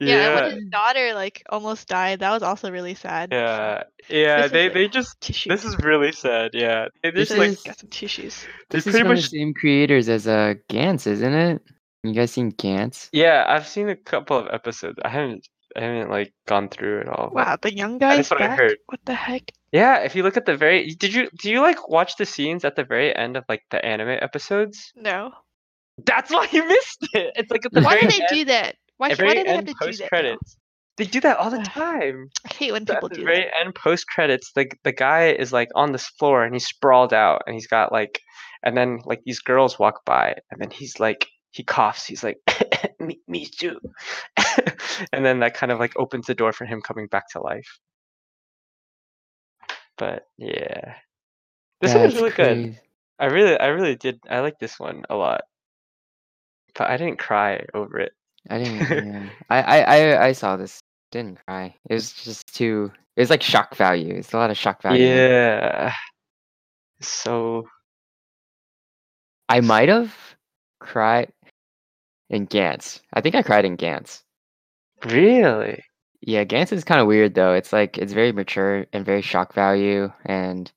[SPEAKER 2] yeah, and when his daughter like almost died, that was also really sad. so
[SPEAKER 3] yeah, yeah.
[SPEAKER 2] This is
[SPEAKER 3] They
[SPEAKER 2] it.
[SPEAKER 3] they just
[SPEAKER 2] tissue.
[SPEAKER 3] this is really sad. Yeah, they
[SPEAKER 1] This
[SPEAKER 3] just like
[SPEAKER 1] is-
[SPEAKER 2] got some tissues.
[SPEAKER 3] they
[SPEAKER 1] This is
[SPEAKER 3] pretty
[SPEAKER 1] from
[SPEAKER 3] much
[SPEAKER 1] the same creators as uh Gantz, isn't it? You guys seen Gantz?
[SPEAKER 3] Yeah, I've seen a couple of episodes. I haven't I haven't like gone through it all. but-
[SPEAKER 2] Wow, the young guy's
[SPEAKER 3] Oh, what I
[SPEAKER 2] back.
[SPEAKER 3] heard.
[SPEAKER 2] What the heck?
[SPEAKER 3] Yeah, if you look at the very did you do you like watch the scenes at the very end of like the anime episodes?
[SPEAKER 2] No.
[SPEAKER 3] That's why you missed it. It's like at the
[SPEAKER 2] Why
[SPEAKER 3] very
[SPEAKER 2] do they
[SPEAKER 3] end,
[SPEAKER 2] do that? Why,
[SPEAKER 3] at
[SPEAKER 2] why
[SPEAKER 3] very
[SPEAKER 2] do they have
[SPEAKER 3] end
[SPEAKER 2] to do
[SPEAKER 3] post
[SPEAKER 2] that? though?
[SPEAKER 3] credits. They do that all the
[SPEAKER 2] Ugh.
[SPEAKER 3] time.
[SPEAKER 2] I hate when
[SPEAKER 3] So
[SPEAKER 2] people
[SPEAKER 3] at the
[SPEAKER 2] do
[SPEAKER 3] very
[SPEAKER 2] that.
[SPEAKER 3] end post credits, the the guy is like on this floor and he's sprawled out and he's got like and then like these girls walk by and then he's like he coughs, he's like me, me too. and then that kind of like opens the door for him coming back to life. But yeah. This one was really good. I really, I really did. I like this one a lot, but I didn't cry over it.
[SPEAKER 1] I didn't. Yeah. I, I I I saw this. Didn't cry. It was just too. It was like shock value. It's a lot of shock value.
[SPEAKER 3] Yeah. So
[SPEAKER 1] I might have cried in Gantz. I think I cried in Gantz.
[SPEAKER 3] really,
[SPEAKER 1] Yeah, Gantz is kind of weird though. It's like it's very mature and very shock value, and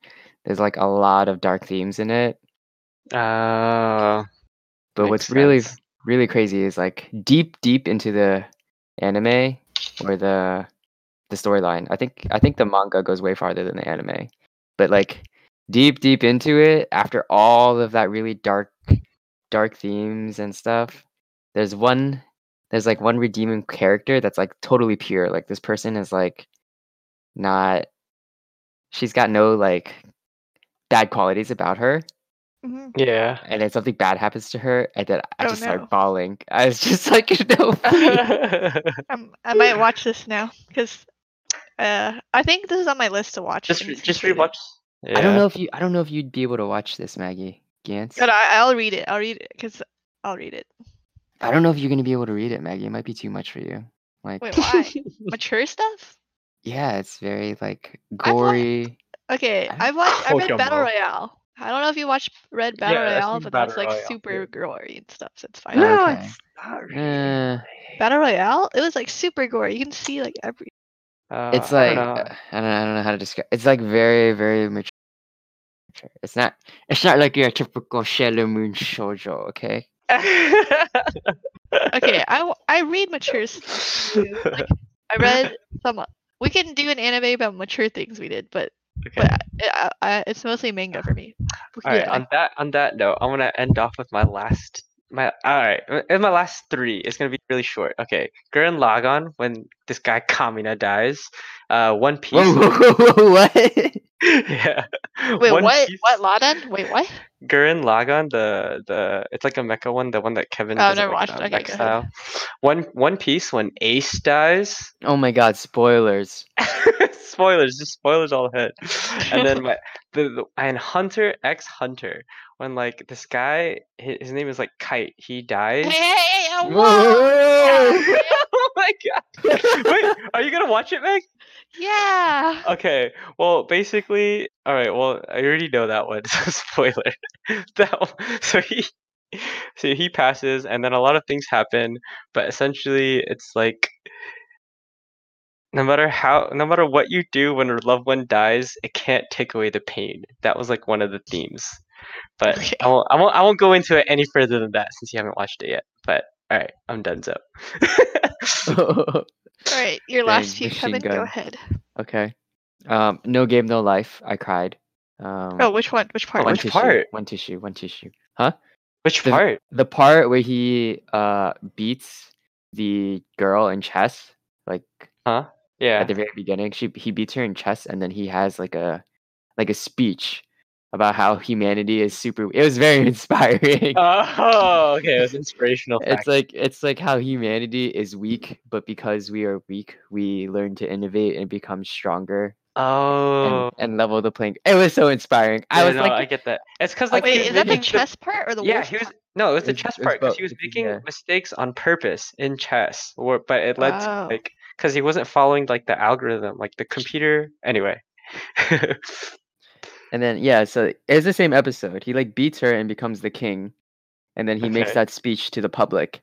[SPEAKER 1] there's like a lot of dark themes in it.
[SPEAKER 3] uh,
[SPEAKER 1] But
[SPEAKER 3] Makes
[SPEAKER 1] what's really
[SPEAKER 3] sense.
[SPEAKER 1] really crazy is like deep deep into the anime or the the storyline. I think I think the manga goes way farther than the anime. But like deep deep into it after all of that really dark dark themes and stuff, there's one there's like one redeeming character that's like totally pure. Like this person is like not she's got no like bad qualities about her
[SPEAKER 2] Mhm.
[SPEAKER 3] yeah.
[SPEAKER 1] and then something bad happens to her, and then I
[SPEAKER 2] Oh,
[SPEAKER 1] just
[SPEAKER 2] no.
[SPEAKER 1] start bawling. I was just like, no. please."
[SPEAKER 2] Um, I might watch this now because uh, I think this is on my list to watch.
[SPEAKER 3] just,
[SPEAKER 2] and
[SPEAKER 3] re-
[SPEAKER 2] it's
[SPEAKER 3] just
[SPEAKER 2] included.
[SPEAKER 3] rewatch.
[SPEAKER 1] I don't
[SPEAKER 3] Yeah.
[SPEAKER 1] know if you. I don't know if you'd be able to watch this, Maggie Gantz.
[SPEAKER 2] But I, I'll read it. I'll read it because I'll read it.
[SPEAKER 1] I don't know if you're gonna be able to read it, Maggie. It might be too much for you. Like,
[SPEAKER 2] Wait, why? Mature stuff?
[SPEAKER 1] yeah, it's very like
[SPEAKER 2] thought-
[SPEAKER 1] gory. I
[SPEAKER 2] Okay,
[SPEAKER 1] don't-
[SPEAKER 2] I've watched. I
[SPEAKER 3] Oh,
[SPEAKER 2] read
[SPEAKER 3] come
[SPEAKER 2] Battle
[SPEAKER 3] on.
[SPEAKER 2] Royale. I don't know if you watch Red Battle
[SPEAKER 3] Yeah, I've
[SPEAKER 2] Royale,
[SPEAKER 3] seen
[SPEAKER 2] but that's
[SPEAKER 3] Battle
[SPEAKER 2] like
[SPEAKER 3] Royale,
[SPEAKER 2] super
[SPEAKER 3] yeah.
[SPEAKER 2] gory and stuff. So it's fine.
[SPEAKER 1] No,
[SPEAKER 3] No,
[SPEAKER 1] Okay.
[SPEAKER 3] it's not really.
[SPEAKER 1] Eh,
[SPEAKER 2] Battle Royale. It was like super gory. You can see like every.
[SPEAKER 3] Uh,
[SPEAKER 1] it's
[SPEAKER 3] I
[SPEAKER 1] like
[SPEAKER 3] don't
[SPEAKER 1] uh, I don't,
[SPEAKER 3] know.
[SPEAKER 1] know, I don't know how to describe. It's like very very mature. It's not. It's not like your typical Sailor Moon shoujo. Okay. uh,
[SPEAKER 2] Okay, I w- I read mature stuff. too. Like I read some. We can do an anime about mature things we did, but
[SPEAKER 3] Okay.
[SPEAKER 2] I, uh, I, it's mostly manga for me. We
[SPEAKER 3] All
[SPEAKER 2] can do
[SPEAKER 3] right.
[SPEAKER 2] that
[SPEAKER 3] On that on that note, I want to end off with my last my all right. And my last three is gonna be really short. Okay, Gurren Lagann when this guy Kamina dies. Uh, One Piece.
[SPEAKER 1] Whoa, whoa, whoa, whoa, what?
[SPEAKER 3] yeah.
[SPEAKER 2] Wait,
[SPEAKER 3] One
[SPEAKER 2] what?
[SPEAKER 3] Piece,
[SPEAKER 2] What? Laden? Wait, what?
[SPEAKER 3] Gurren Lagann, the the it's like a mecha one, the one that Kevin.
[SPEAKER 2] Oh, I've
[SPEAKER 3] doesn't
[SPEAKER 2] never
[SPEAKER 3] like,
[SPEAKER 2] watched
[SPEAKER 3] um,
[SPEAKER 2] it. Okay,
[SPEAKER 3] mech
[SPEAKER 2] go ahead.
[SPEAKER 3] style. One One Piece when Ace dies.
[SPEAKER 1] Oh my god, spoilers.
[SPEAKER 3] spoilers, just spoilers all ahead. And then my the, the and Hunter X Hunter when like this guy his, his name is like Kite he
[SPEAKER 2] Hey,
[SPEAKER 3] dies.
[SPEAKER 2] hey, hey, oh,
[SPEAKER 1] Whoa,
[SPEAKER 2] whoa!
[SPEAKER 1] whoa, whoa, whoa.
[SPEAKER 3] oh my god! Wait, are you gonna watch it, Meg?
[SPEAKER 2] Yeah.
[SPEAKER 3] Okay. Well, basically, all right. Well, I already know that one. So spoiler. that one, so he so he passes, and then a lot of things happen. But essentially, it's like no matter how, no matter what you do when a loved one dies, it can't take away the pain. That was like one of the themes. But
[SPEAKER 2] Okay.
[SPEAKER 3] I won't, I won't, I won't go into it any further than that since you haven't watched it yet. But all right, I'm done. So.
[SPEAKER 2] All right, your
[SPEAKER 1] Dang,
[SPEAKER 2] last few,
[SPEAKER 1] machine
[SPEAKER 2] Kevin. Go
[SPEAKER 1] gun.
[SPEAKER 2] ahead.
[SPEAKER 1] okay. Um, no game, no life. I cried. Um,
[SPEAKER 2] Oh, which one? Which part?
[SPEAKER 3] one
[SPEAKER 1] one
[SPEAKER 3] which
[SPEAKER 1] tissue,
[SPEAKER 3] part?
[SPEAKER 1] One tissue. One tissue.
[SPEAKER 3] Which
[SPEAKER 1] The-
[SPEAKER 3] part?
[SPEAKER 1] The part where he uh beats the girl in chess, like
[SPEAKER 3] Yeah.
[SPEAKER 1] at the very beginning. She he beats her in chess, and then he has like a like a speech about how humanity is super. It was very inspiring.
[SPEAKER 3] Oh, okay. It was inspirational.
[SPEAKER 1] It's like it's like how humanity is weak, but because we are weak, we learn to innovate and become stronger and,
[SPEAKER 3] oh,
[SPEAKER 1] and level the playing. It was so inspiring. I
[SPEAKER 3] Yeah,
[SPEAKER 1] was
[SPEAKER 3] no, I
[SPEAKER 1] like,
[SPEAKER 3] get that. It's because
[SPEAKER 1] I
[SPEAKER 3] like
[SPEAKER 1] Okay,
[SPEAKER 2] Wait,
[SPEAKER 3] he
[SPEAKER 2] is
[SPEAKER 3] was
[SPEAKER 2] that the
[SPEAKER 3] making
[SPEAKER 2] chess part or the
[SPEAKER 3] yeah,
[SPEAKER 2] wolf
[SPEAKER 3] he was
[SPEAKER 2] part?
[SPEAKER 3] no, it was the
[SPEAKER 1] It's-
[SPEAKER 3] chess
[SPEAKER 1] it's
[SPEAKER 3] part because
[SPEAKER 1] both,
[SPEAKER 3] he was
[SPEAKER 1] it's-
[SPEAKER 3] making
[SPEAKER 1] yeah.
[SPEAKER 3] mistakes on purpose in chess, or but it led
[SPEAKER 2] Wow.
[SPEAKER 3] to like because he wasn't following like the algorithm, like the computer. Anyway,
[SPEAKER 1] and then yeah, so it's the same episode. He like beats her and becomes the king, and then he makes
[SPEAKER 3] Okay.
[SPEAKER 1] that speech to the public.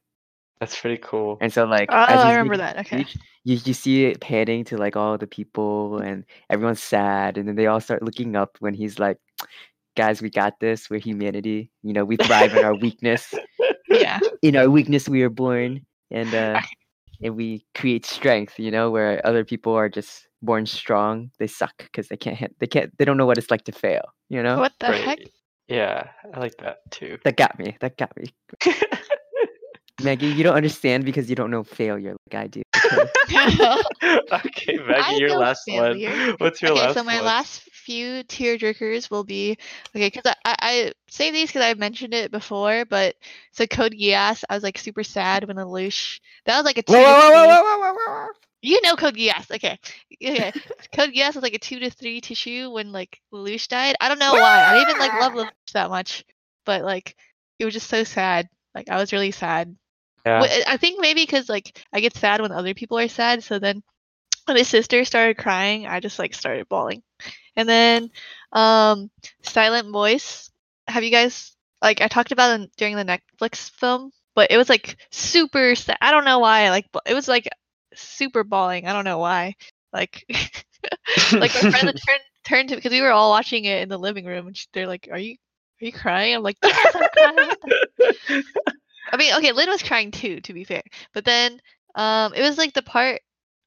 [SPEAKER 3] that's pretty cool.
[SPEAKER 1] And so like,
[SPEAKER 2] Oh,
[SPEAKER 1] as he's
[SPEAKER 2] I remember
[SPEAKER 1] making
[SPEAKER 2] that. Okay.
[SPEAKER 1] speech, you you see it panning to like all the people, and everyone's sad, and then they all start looking up when he's like, "Guys, we got this. We're humanity. You know, we thrive in our weakness."
[SPEAKER 2] Yeah.
[SPEAKER 1] in our weakness we are born and uh and we create strength, you know, where other people are just born strong, they suck because they can't hit, they can't, they don't know what it's like to fail, you know?
[SPEAKER 2] What the
[SPEAKER 3] Right.
[SPEAKER 2] heck?
[SPEAKER 3] Yeah, I like that too.
[SPEAKER 1] That got me. That got me. Maggie, you don't understand because you don't know failure like I do. okay?
[SPEAKER 3] okay,
[SPEAKER 2] I
[SPEAKER 3] Maggie, your
[SPEAKER 2] know
[SPEAKER 3] last
[SPEAKER 2] failure.
[SPEAKER 3] one. What's your
[SPEAKER 2] okay,
[SPEAKER 3] last
[SPEAKER 2] so my
[SPEAKER 3] one?
[SPEAKER 2] last few tearjerkers will be okay because I, I I say these because I've mentioned it before, but so Code Geass, I was like super sad when Lelouch. That was like a two.
[SPEAKER 1] Whoa,
[SPEAKER 2] to
[SPEAKER 1] whoa, whoa,
[SPEAKER 2] three-
[SPEAKER 1] whoa, whoa, whoa, whoa, whoa.
[SPEAKER 2] You know Code Geass, okay? Okay, Code Geass was like a two to three tissue when like Lelouch died. I don't know why. I didn't even like love Lelouch that much, but like it was just so sad. Like I was really sad.
[SPEAKER 3] Yeah.
[SPEAKER 2] Well, I I think maybe because like I get sad when other people are sad. So then when his sister started crying, I just like started bawling. And then um Silent Voice. Have you guys like I talked about it during the Netflix film, but it was like super. Sa- I don't know why. Like bu- it was like super bawling. I don't know why. Like like my friend that turned turned to because we were all watching it in the living room, and she, they're like, "Are you are you crying?" I'm like, "Yes, I'm crying." I mean, okay, Lynn was crying too, to be fair. But then, um, it was like the part.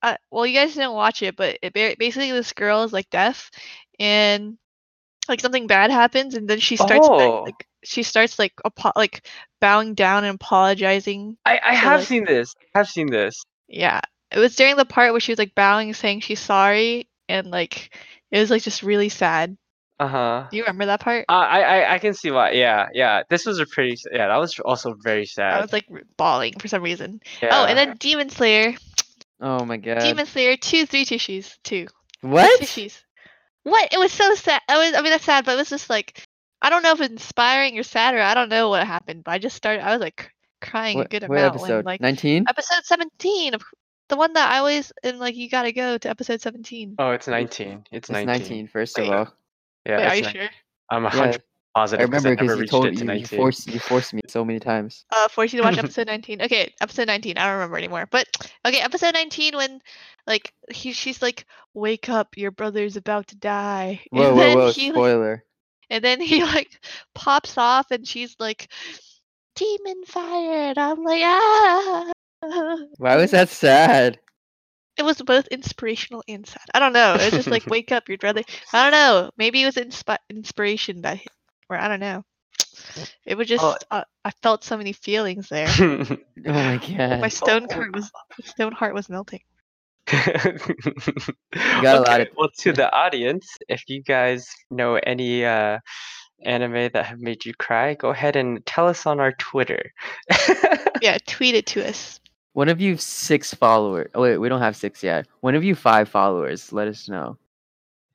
[SPEAKER 2] Uh, well, you guys didn't watch it, but it ba- basically this girl is like deaf, and like something bad happens, and then she starts like-
[SPEAKER 3] Oh.
[SPEAKER 2] like she starts like apo- like bowing down and apologizing.
[SPEAKER 3] I, I
[SPEAKER 2] So,
[SPEAKER 3] have
[SPEAKER 2] like-
[SPEAKER 3] seen this. I have seen this.
[SPEAKER 2] Yeah, it was during the part where she was like bowing, saying she's sorry, and like it was like just really sad.
[SPEAKER 3] Uh huh.
[SPEAKER 2] Do you remember that part?
[SPEAKER 3] Uh, I, I I can see why. Yeah, yeah. This was a pretty. s- Yeah, that was also very sad.
[SPEAKER 2] I was like r- bawling for some reason. Oh,
[SPEAKER 3] Yeah.
[SPEAKER 2] and then Demon Slayer,
[SPEAKER 1] Oh my god.
[SPEAKER 2] Demon Slayer two, three tissues, two.
[SPEAKER 1] what?
[SPEAKER 2] Tissues. What? It was so sad. I was. I mean, that's sad, but it was just like I don't know if it's inspiring or sad or I don't know what happened. But I just started. I was like cr- crying a
[SPEAKER 1] What,
[SPEAKER 2] good
[SPEAKER 1] what
[SPEAKER 2] amount when
[SPEAKER 1] episode?
[SPEAKER 2] like
[SPEAKER 1] Nineteen.
[SPEAKER 2] episode seventeen of the one that I always am like you gotta go to episode seventeen.
[SPEAKER 3] Oh, it's nineteen.
[SPEAKER 1] It's
[SPEAKER 3] It's nineteen.
[SPEAKER 1] nineteen. First
[SPEAKER 2] Wait.
[SPEAKER 1] of all,
[SPEAKER 3] Yeah,
[SPEAKER 2] Wait,
[SPEAKER 3] it's
[SPEAKER 2] are you
[SPEAKER 3] 19.
[SPEAKER 2] sure?
[SPEAKER 3] I'm a
[SPEAKER 1] Yeah,
[SPEAKER 3] hundred
[SPEAKER 1] I
[SPEAKER 3] positive because I
[SPEAKER 1] remember because
[SPEAKER 3] never
[SPEAKER 1] you
[SPEAKER 3] reached
[SPEAKER 1] told
[SPEAKER 3] it to
[SPEAKER 1] you, you
[SPEAKER 3] nineteen.
[SPEAKER 1] forced you forced me so many times.
[SPEAKER 2] uh forced you to watch episode 19 okay episode 19 i don't remember anymore but okay episode 19 when like he she's like wake up your brother's about to die
[SPEAKER 1] Whoa,
[SPEAKER 2] and
[SPEAKER 1] whoa,
[SPEAKER 2] then
[SPEAKER 1] whoa!
[SPEAKER 2] he like,
[SPEAKER 1] Spoiler.
[SPEAKER 2] and then he like pops off and she's like demon fire and i'm like ah
[SPEAKER 1] Why was that sad?
[SPEAKER 2] it was both inspirational and sad i don't know it was just like wake up your brother i don't know maybe it was inspi- inspiration that hit, or i don't know it was just uh, i felt so many feelings there
[SPEAKER 1] Oh my
[SPEAKER 2] My
[SPEAKER 1] god.
[SPEAKER 2] stone
[SPEAKER 3] Oh.
[SPEAKER 2] heart was my stone heart was melting.
[SPEAKER 1] got a lot
[SPEAKER 3] Okay,
[SPEAKER 1] of-
[SPEAKER 3] well to the audience if you guys know any uh anime that have made you cry go ahead and tell us on our twitter
[SPEAKER 2] Yeah, tweet it to us.
[SPEAKER 1] One of you six followers. Oh wait, we don't have six yet. One of you five followers. Let us know.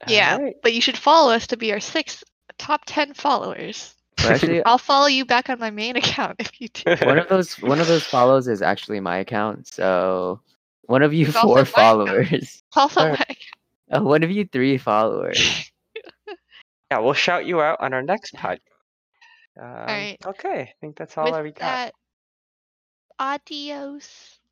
[SPEAKER 2] Yeah,
[SPEAKER 3] Alright.
[SPEAKER 2] but you should follow us to be our sixth top ten followers.
[SPEAKER 1] But actually,
[SPEAKER 2] I'll follow you back on my main account if you do.
[SPEAKER 1] one of those one of those follows is actually my account. So one of you
[SPEAKER 2] It's also my
[SPEAKER 1] four
[SPEAKER 2] account.
[SPEAKER 1] followers.
[SPEAKER 2] Follow
[SPEAKER 3] Alright.
[SPEAKER 2] my
[SPEAKER 1] Uh, one of you three followers.
[SPEAKER 3] yeah we'll shout you out on our next podcast um,
[SPEAKER 2] Alright.
[SPEAKER 3] okay i think that's all
[SPEAKER 2] with
[SPEAKER 3] that we got
[SPEAKER 2] that. Adios.